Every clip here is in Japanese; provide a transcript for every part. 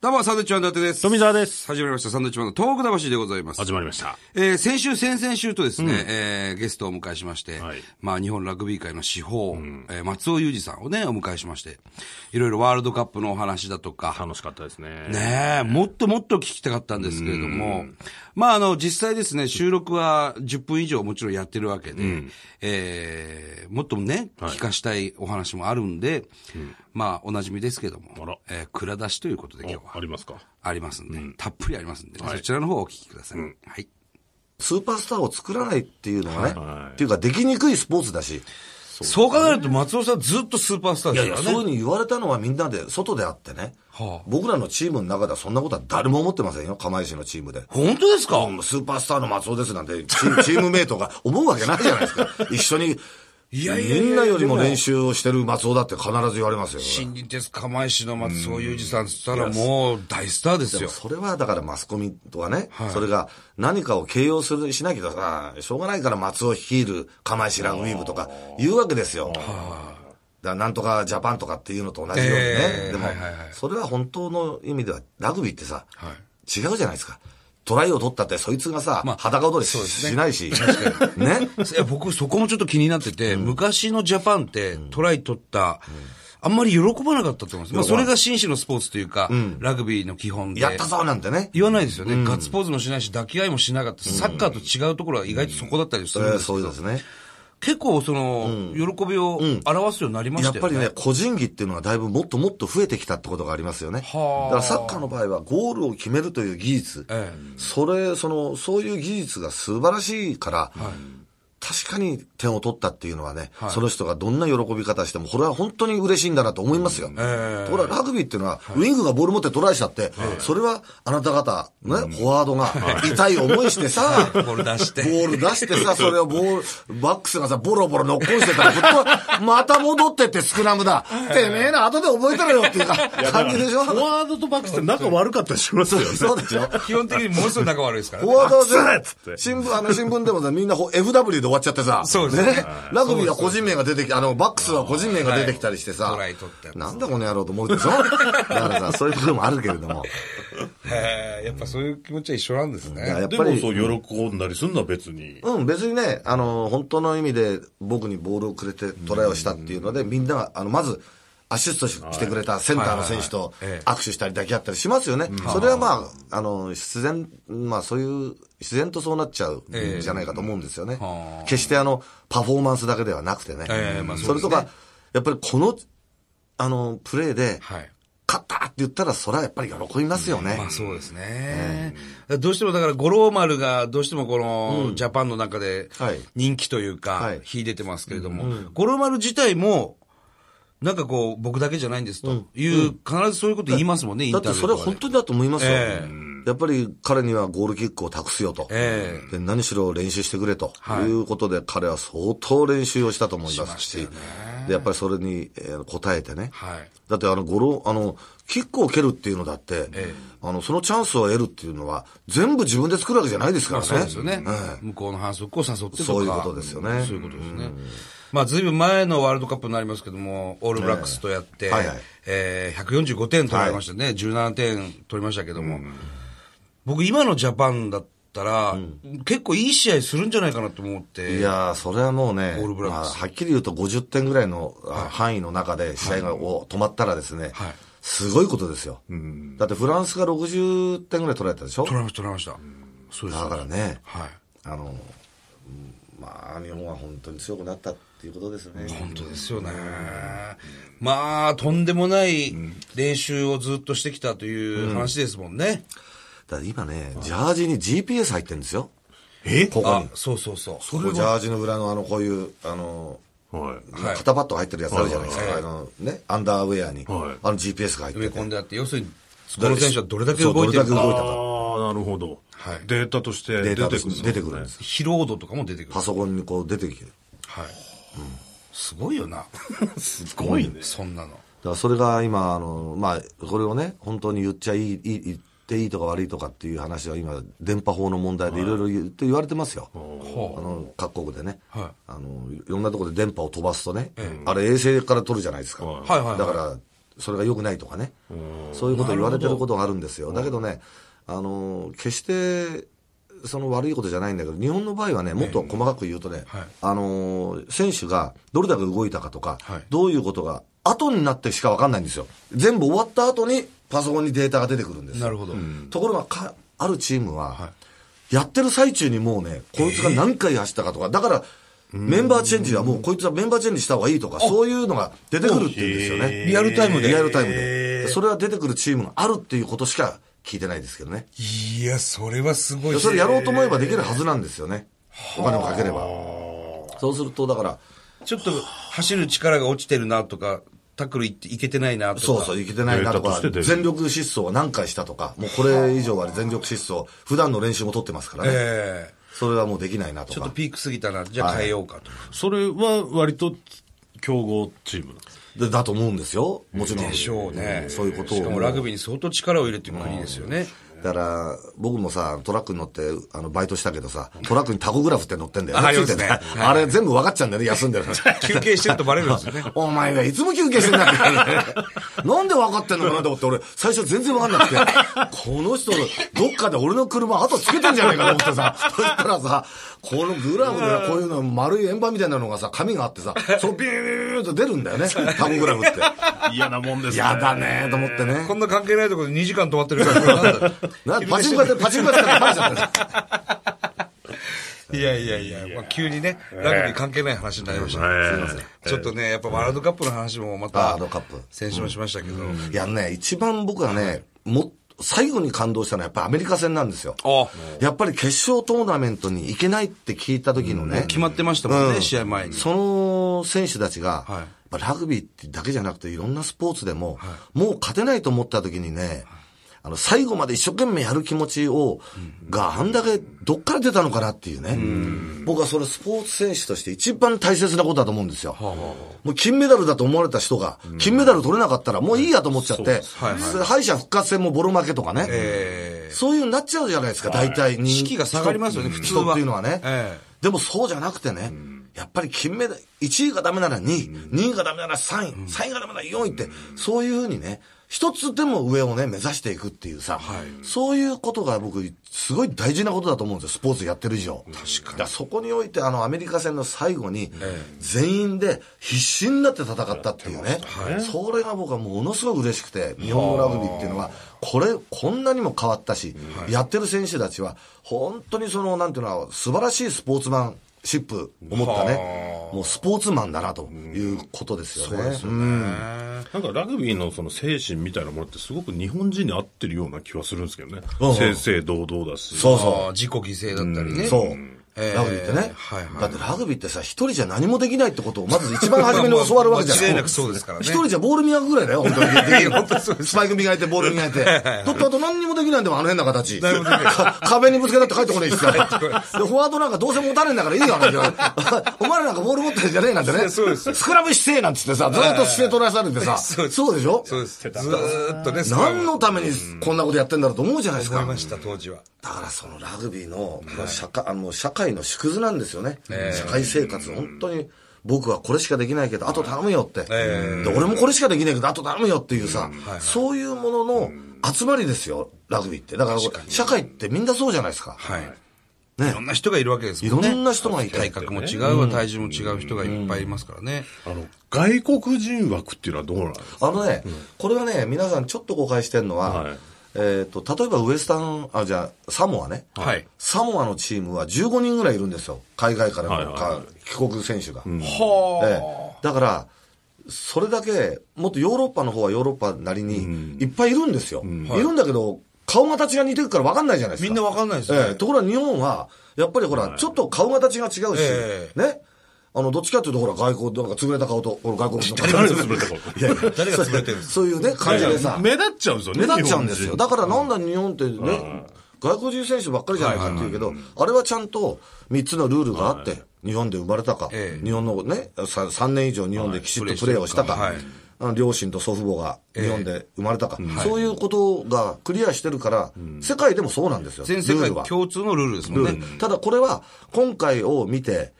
どうも、サンドウィッチマン伊達です。富澤です。始まりました、サンドウィッチマンの東北魂でございます。始まりました。えー先週、先々週とですね、えーゲストをお迎えしまして、はいまあ、日本ラグビー界の司法、えー松尾裕二さんをね、お迎えしまして、いろいろワールドカップのお話だとか、楽しかったですね。ねえ、もっともっと聞きたかったんですけれども、まあ、あの、実際ですね、収録は10分以上もちろんやってるわけで、えーもっともね、聞かしたいお話もあるんで、まあ、おなじみですけどもあら、えー、蔵出しということで今日はあ、ありますか。ありますんで、たっぷりありますんで、そちらの方をお聞きください。はい。スーパースターを作らないっていうのはね、はいっていうかできにくいスポーツだし、そう考えると松尾さんずっとスーパースターいでやすいや、よそうね。いうふうに言われたのはみんなで、外であってね、はあ僕らのチームの中ではそんなことは誰も思ってませんよ、釜石のチームで。本当ですかスーパースターの松尾ですなんてチ、チーム メイトが思うわけないじゃないですか。一緒に、いやいやいやみんなよりも練習をしてる松尾だって必ず言われますよ。新日鉄釜石の松尾裕二さんって言ったらもう大スターですよ。それはだからマスコミとはね、それが何かを形容するしなきゃさ、しょうがないから松尾率いる釜石ラグビー部とか言うわけですよ。だからなんとかジャパンとかっていうのと同じようにね。ええでも、はいはいはいそれは本当の意味では、ラグビーってさ、はい違うじゃないですか。トライを取ったって、そいつがさ、まあ裸踊りし,、そうですねしないし、ね。いや僕そこもちょっと気になってて、昔のジャパンってトライ取った、あんまり喜ばなかったと思うんです。まあそれが紳士のスポーツというか、ラグビーの基本で。やったぞなんてね。言わないですよね、ガッツポーズもしないし、抱き合いもしなかった。サッカーと違うところは意外とそこだったりすえるんーですけそどういうのですね。結構その、喜びを表すようになりまやしったぱよね。りね、個人技っていうのはだいぶもっともっと増えてきたってことがありますよね。だはあからサッカーの場合はゴールを決めるという技術、えそれ、その、そういう技術が素晴らしいから、確かに点を取ったっていうのはね、その人がどんな喜び方しても、これは本当に嬉しいんだなと思いますよ。ええところがラグビーっていうのは、ウィングがボール持ってトライしちゃって、それはあなた方、ね、フォワードが痛い思いしてさ、ボール出して ボール出してさ、それをボール、バックスがさ、ボロボロノックオンしてたら、ずっと、また戻ってってスクラムだ。てめえな、後で覚えたらよって いうか感じでしょフォワードとバックスって仲悪かったりしますよね。そうでしょ基本的にものすごい仲悪いですからフォね。ワードはっつって新聞、あの新聞でもさ、みんなほ FW で終わっちゃってさ、そうですねラグビーは個人名が出てき、あの、バックスは個人名が出てきたりしてはいさトライ取ったや、つなんだこの野郎と思うでしょだからさ、そういうこともあるけれど も。へえやっぱそういう気持ちは一緒なんですいやね。やっでぱもり、そう、喜んだりすんのは別に。うん、別にね、あの、本当の意味で僕にボールをくれてトライをしたっていうので、みんなが、あの、まず、アシストしてくれたセンターの選手とはいはいはいええ握手したり抱き合ったりしますよね。それはまあ、あの、必然、まあそういう、自然とそうなっちゃうんええじゃないかと思うんですよねはあ。決してあの、パフォーマンスだけではなくてねええまあ。そそうですれねとか、やっぱりこの、あの、プレーで、はい。勝ったって言ったら、それはやっぱり喜びますよねま。あそうですね。どうしてもだから五郎丸がどうしてもこのジャパンの中ではい人気というかはい、秀でてますけれども、五郎丸自体も、なんかこう、僕だけじゃないんですという、必ずそういうこと言いますもんね、インだタっビュてーそとれはかで本当にだと思いますよ。ええやっぱり彼にはゴールキックを託すよと。えで何しろ練習してくれと、はいい、うことで彼は相当練習をしたと思いますし、しましでやっぱりそれに、えー応えてね。はい。だってあの、ゴロ、あの、キックを蹴るっていうのだって、ええあの、そのチャンスを得るっていうのは、全部自分で作るわけじゃないですかまらあね。そうですよねええ。向こうの反則を誘ってとか。そういうことですよねそういうことですね。まあ、ずいぶん前のワールドカップになりますけども、オールブラックスとやって、えはいはいえー145点取られましたね。17点取りましたけども、僕、今のジャパンだったら、結構いい試合するんじゃないかなと思って。いやー、それはもうね、オールブラッまあ、クスはっきり言うと50点ぐらいのあ範囲の中で試合が、を止まったらですね、はいすごいことですよ。だってフランスが60点ぐらい取られたでしょ取られました、取られました。そうですだからね、はい。あの、うんまあ、日本は本当に強くなったっていうことですね。本当ですよね。まあ、とんでもない練習をずっとしてきたという話ですもんね。だから今ね、ジャージに GPS 入ってるんですよ。えここあに。、そうそうそう。ここジャージの裏のあの、こういう、あの、はい。はい肩パッド入ってるやつあるじゃないですはいか。あの、ね、アンダーウェアに、はいあの GPS が入っ埋めて込んて。であって、要するに、この選手はどれだけ動いてるそうどれだけ動か、いたか。ああ、なるほど。はいデータとしてデ出ーてタでくるんですすね出てくるんです。疲労度とかも出てくる。パソコンにこう出てきてる。はい。すごいよ な。すごいね。そんなの。だ からそれが今、あの、まあ、これをね、本当に言っちゃいい、いい言っていいとか悪いとかっていう話は今、電波法の問題でいろいろ言って言われてますよ。あの、各国でね。はいあの、いろんなところで電波を飛ばすとね、あれ衛星から撮るじゃないですか。いはいはいだから、それが良くないとかね、そういうことを言われてることがあるんですよ。だけどね、あの、決して、その悪いことじゃないんだけど、日本の場合はね、もっと細かく言うとね、はいあの、選手がどれだけ動いたかとか、はいどういうことが、後になってしか分かんないんですよ。全部終わった後に、パソコンにデータが出てくるんですよ。なるほど。ところがか、あるチームは、やってる最中にもうね、こいつが何回走ったかとか、だから、メンバーチェンジはもう、こいつはメンバーチェンジした方がいいとか、そういうのが出てくるって言うんですよね。リアルタイムでリアルタイムで。それは出てくるチームがあるっていうことしか聞いてないですけどね。いや、それはすごいそれやろうと思えばできるはずなんですよね。お金をかければ。そうすると、だから、ちょっと走る力が落ちてるなとか、タックルいっていけてないなとか。そうそう、いけてないなとデータとしかて出、る全力疾走は何回したとか、もうこれ以上は全力疾走、普段の練習も取ってますからね。ええそれはもうできないなとか。ちょっとピーク過ぎたな、じゃあ変えようかとか。それは割と強豪チームなんですかでだと思うんですよ。もちろん。でしょうね。そういうことを。しかもラグビーに相当力を入れてる国ですよね。だから、僕もさ、トラックに乗って、あの、バイトしたけどさ、トラックにタコグラフって乗ってんだよ、あありますついてねねあれ全部分かっちゃうんだよね、休んで るのに休憩してるとバレるんですよ ね。お前がいつも休憩してん だって。なんで分かってんのかなと思って、俺、最初全然分かんなくて、この人、どっかで俺の車後つけてんじゃないかと思ってさ、そしたらさ、このグラフでこういうの丸い円盤みたいなのがさ、紙があってさ、そのビュービュービューって出るんだよね、タコグラフって。嫌なもんですね。やだねと思ってね。こんな関係ないところで2時間止まってるからこれなんだ、なパチンコやってる、パチンコやってたからバレちゃった。いやいやいや、まあ、急にね、ラグビー関係ない話になりましたね、ええすいませんえちょっとね、やっぱワールドカップの話もまあたワールドカップ、先週もしましたけど、いやね、一番僕はね、も、最後に感動したのはやっぱりアメリカ戦なんですよ。あやっぱり決勝トーナメントに行けないって聞いた時のね。決まってましたもんね、うん試合前に。その選手たちが、はいやっぱラグビーってだけじゃなくていろんなスポーツでも、もう勝てないと思った時にね、あの、最後まで一生懸命やる気持ちを、があんだけどっから出たのかなっていうね。僕はそれスポーツ選手として一番大切なことだと思うんですよ。もう金メダルだと思われた人が、金メダル取れなかったらもういいやと思っちゃって、敗者復活戦もボロ負けとかね。えそういうのになっちゃうじゃないですか、大体人。士気が下がりますよね人普通は人っていうのはね。ええでもそうじゃなくてね、やっぱり金メダル、1位がダメなら2位、2位がダメなら3位、3位がダメなら4位って、そういうふうにね、一つでも上をね、目指していくっていうさ、そういうことが僕、すごい大事なことだと思うんですよ、スポーツやってる以上。確かに。そこにおいて、あの、アメリカ戦の最後に、全員で必死になって戦ったっていうね、それが僕はものすごく嬉しくて、日本のラグビーっていうのは、これ、こんなにも変わったし、やってる選手たちは、本当にその、なんていうのは、素晴らしいスポーツマンシップ思ったね、もうスポーツマンだなということですよね。うんなんかラグビーのその精神みたいなものってすごく日本人に合ってるような気はするんですけどね。うん正々堂々だし。そうえああそ自己犠牲だったりう。ね。そうえ。ーラグビーってねはいは。いだってラグビーってさ、一人じゃ何もできないってことをまず一番初めに教わるわけじゃ間違いなないく。そうですからね。一人じゃボール磨くぐらいだよ、本当に。本当にそうでスパイク磨いて、ボール磨いて。取った後何にもできないんだもん、あの変な形。何もできないか壁にぶつけたって帰ってこないですから。で、フォワードなんかどうせ持たねえんだからいいよ、な んて言われてお前らなんかボール持ってるんじゃねえなんてね。そうですスクラム姿勢なんつってさ、ずーっと姿勢取らされてさ。そうですそうでしょそうです。ずーっとね、何のたためにこんなことやってんだろうと思うじゃないです思いかま。した、当時は。だからそのラグビーの、この社会、あの、社会の縮図なんですよね。社会生活、本当に、僕はこれしかできないけど、あと頼むよって。ええで俺もこれしかできないけど、あと頼むよっていうさ、そういうものの集まりですよ、ラグビーって。だから、社会ってみんなそうじゃないですか。はい。いねろん。な人がいるわけですいもんね。ろんな人がいて。体格も違うわ、体重も違う人がいっぱいいますからね。あの、外国人枠っていうのはどうなんですかあのね、これはね、皆さんちょっと誤解してるのは、はいえっ、と、例えばウエスタン、あ、じゃあ、サモアね。はいサモアのチームは15人ぐらいいるんですよ。海外からの、はいはいか帰国選手が。はええだから、それだけ、もっとヨーロッパの方はヨーロッパなりに、いっぱいいるんですよ。いるんだけど、顔形が似てるから分かんないじゃないですか。みんなわかんないですねええところが日本は、やっぱりほら、ちょっと顔形が違うし、えね。あの、どっちかっていうと、ほら、外交、なんか潰れた顔と、この外国人の顔誰が潰れたかいやいや誰が潰れてるんですかそういうね、感じでさ、目立っちゃうんですよね。目立っちゃうんですよ。日本人だからなんだ日本ってね、外国人選手ばっかりじゃないかって言うけど、あれはちゃんと3つのルールがあって、日本で生まれたか、ええ日本のね、さ3年以上日本できちっとプレーをしたか、はいあの両親と祖父母が日本で生まれたか、そういうことがクリアしてるから、世界でもそうなんですよ、全世ルー界ルは。共通のルールですもんルールね。ただこれは、今回を見て、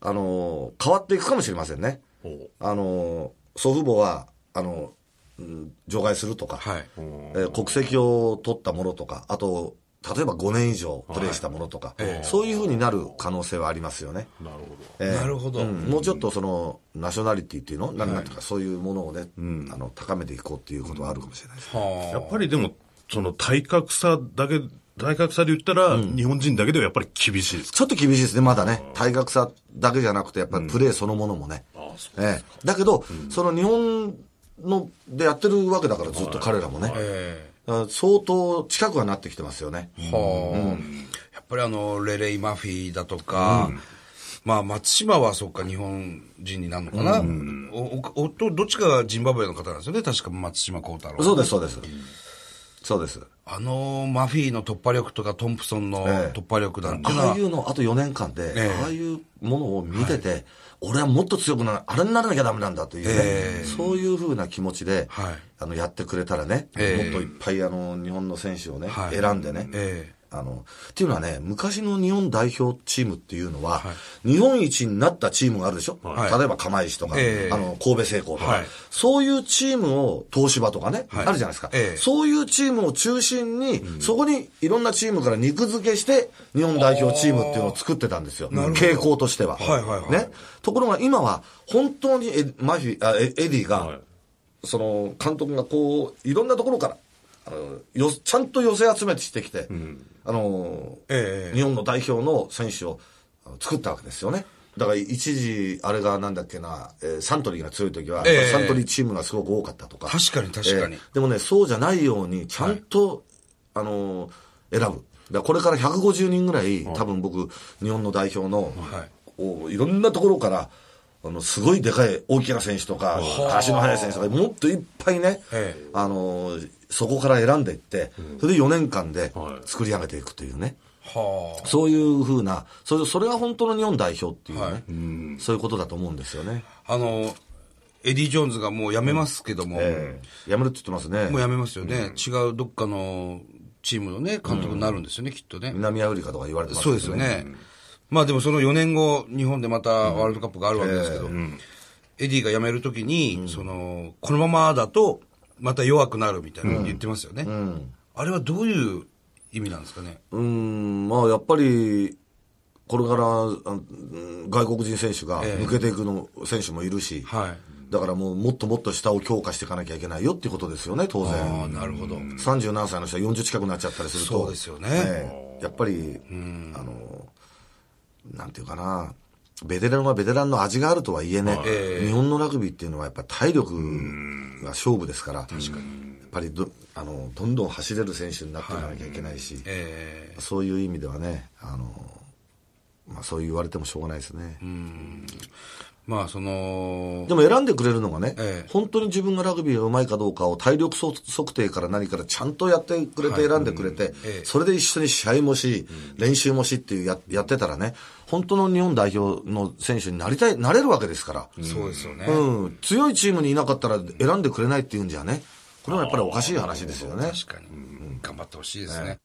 あのー変わっていくかもしれませんね。あのー祖父母は、あのーうん除外するとか、はいえー国籍を取ったものとか、あと、例えば5年以上プレーしたものとか、そういうふうになる可能性はありますよね。なるほど。えーなるほどうんもうちょっとその、ナショナリティっていうのなんなんていうか、そういうものをね、あの、高めていこうっていうことはあるかもしれないですね。やっぱりでも、その体格差だけ、体格差で言ったら、日本人だけではやっぱり厳しいですか。ちょっと厳しいですね、まだね。体格差だけじゃなくて、やっぱりプレーそのものもね。ああ、そええだけど、その日本のでやってるわけだから、ずっと彼らもね。えだから相当近くはなってきてますよね。えはあ。やっぱりあの、レレイ・マフィーだとか、まあ、松島はそっか、日本人になるのかな、おおおとどっちかがジンバブエの方なんですよね、確か松島幸太郎。そうです、そうです。そうです。あのマフィーの突破力とか、トンプソンのええ突破力なんていうのあは、あいうの、あと4年間で、ええああいうものを見てて、俺はもっと強くなら、あれにならなきゃダメなんだというね、ええそういうふうな気持ちで、はいあの、やってくれたらね、ええもっといっぱいあの、日本の選手をね、はい選んでね、ええあの、っていうのはね、昔の日本代表チームっていうのは、日本一になったチームがあるでしょ、はい例えば釜石とか、ええあの、神戸製鋼とか、はいそういうチームを、東芝とかね、はいあるじゃないですか、ええそういうチームを中心に、そこにいろんなチームから肉付けして、日本代表チームっていうのを作ってたんですよ。傾向としては。はいはいはいね。ところが今は、本当にエマフィあエエディが、はいその監督がこう、いろんなところから、あのよちゃんと寄せ集めてしてきて、あの、ええ日本の代表の選手をあの作ったわけですよね。だから一時、あれがなんだっけな、えーサントリーが強い時は、ええサントリーチームがすごく多かったとか。確かに確かにえーでもね、そうじゃないように、ちゃんと、あのー選ぶ。だからこれから150人ぐらい、多分僕、日本の代表の、こういろんなところから、あの、すごいでかい大きな選手とか、足の速い選手とか、もっといっぱいね、ええあのーそこから選んでいって、それで4年間ではい作り上げていくというね。はそういうふうな、それ、それが本当の日本代表っていうね、はそういうことだと思うんですよね。あ、あの、エディ・ジョーンズがもう辞めますけども、ええやめるって言ってますね。もう辞めますよね、違うどっかのチームのね、監督になるんですよね、きっとね。南アフリカとか言われてますけそうどですよね。まあでもその4年後、日本でまたワールドカップがあるわけですけど、エディが辞めるときに、その、このままだと、また弱くなるみたいなの言ってますよね。あれはどういう意味なんですかね。うーん、まあやっぱり、これからあうん外国人選手がええ抜けていくの、選手もいるし、はい。だからもうもっともっと下を強化していかなきゃいけないよっていうことですよね、当ああ、然。なるほど。 30何歳の人は40近くなっちゃったりすると。そうですよねええやっぱり、あの、なんていうかな、ベテランはベテランの味があるとはいえね、ええ日本のラグビーっていうのはやっぱ体力が勝負ですから、やっぱりどあのどんどん走れる選手になっていかなきゃいけないし、ええそういう意味ではね、あの、まあそう言われてもしょうがないですね。まあそので、も選んでくれるのがね、ええ本当に自分がラグビーがうまいかどうかを体力測測定から何からちゃんとやってくれて選んでくれて、ええそれで一緒に試合もし、練習もしっていうややってたらね、本当の日本代表の選手になりたい、なれるわけですから。そうですよね。うん、強いチームにいなかったら選んでくれないっていうんじゃね、これはやっぱりおかしい話ですよね。確かに、頑張ってほしいですね。